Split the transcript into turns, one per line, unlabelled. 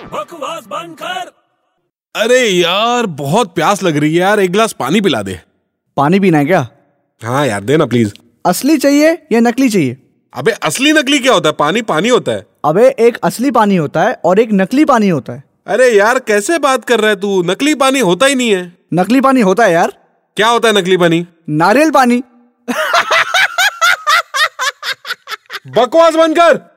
गिलास बंद कर
अरे यार बहुत प्यास लग रही है यार एक गिलास पानी पिला दे
पानी पीना है क्या
हाँ यार देना प्लीज
असली चाहिए या नकली चाहिए
अबे असली नकली क्या होता है पानी पानी होता है
अबे एक असली पानी होता है और एक नकली पानी होता है
अरे यार कैसे बात कर रहा है तू नकली पानी होता ही नहीं है
नकली पानी होता है यार
क्या होता है नकली पानी
नारियल पानी
बकवास बनकर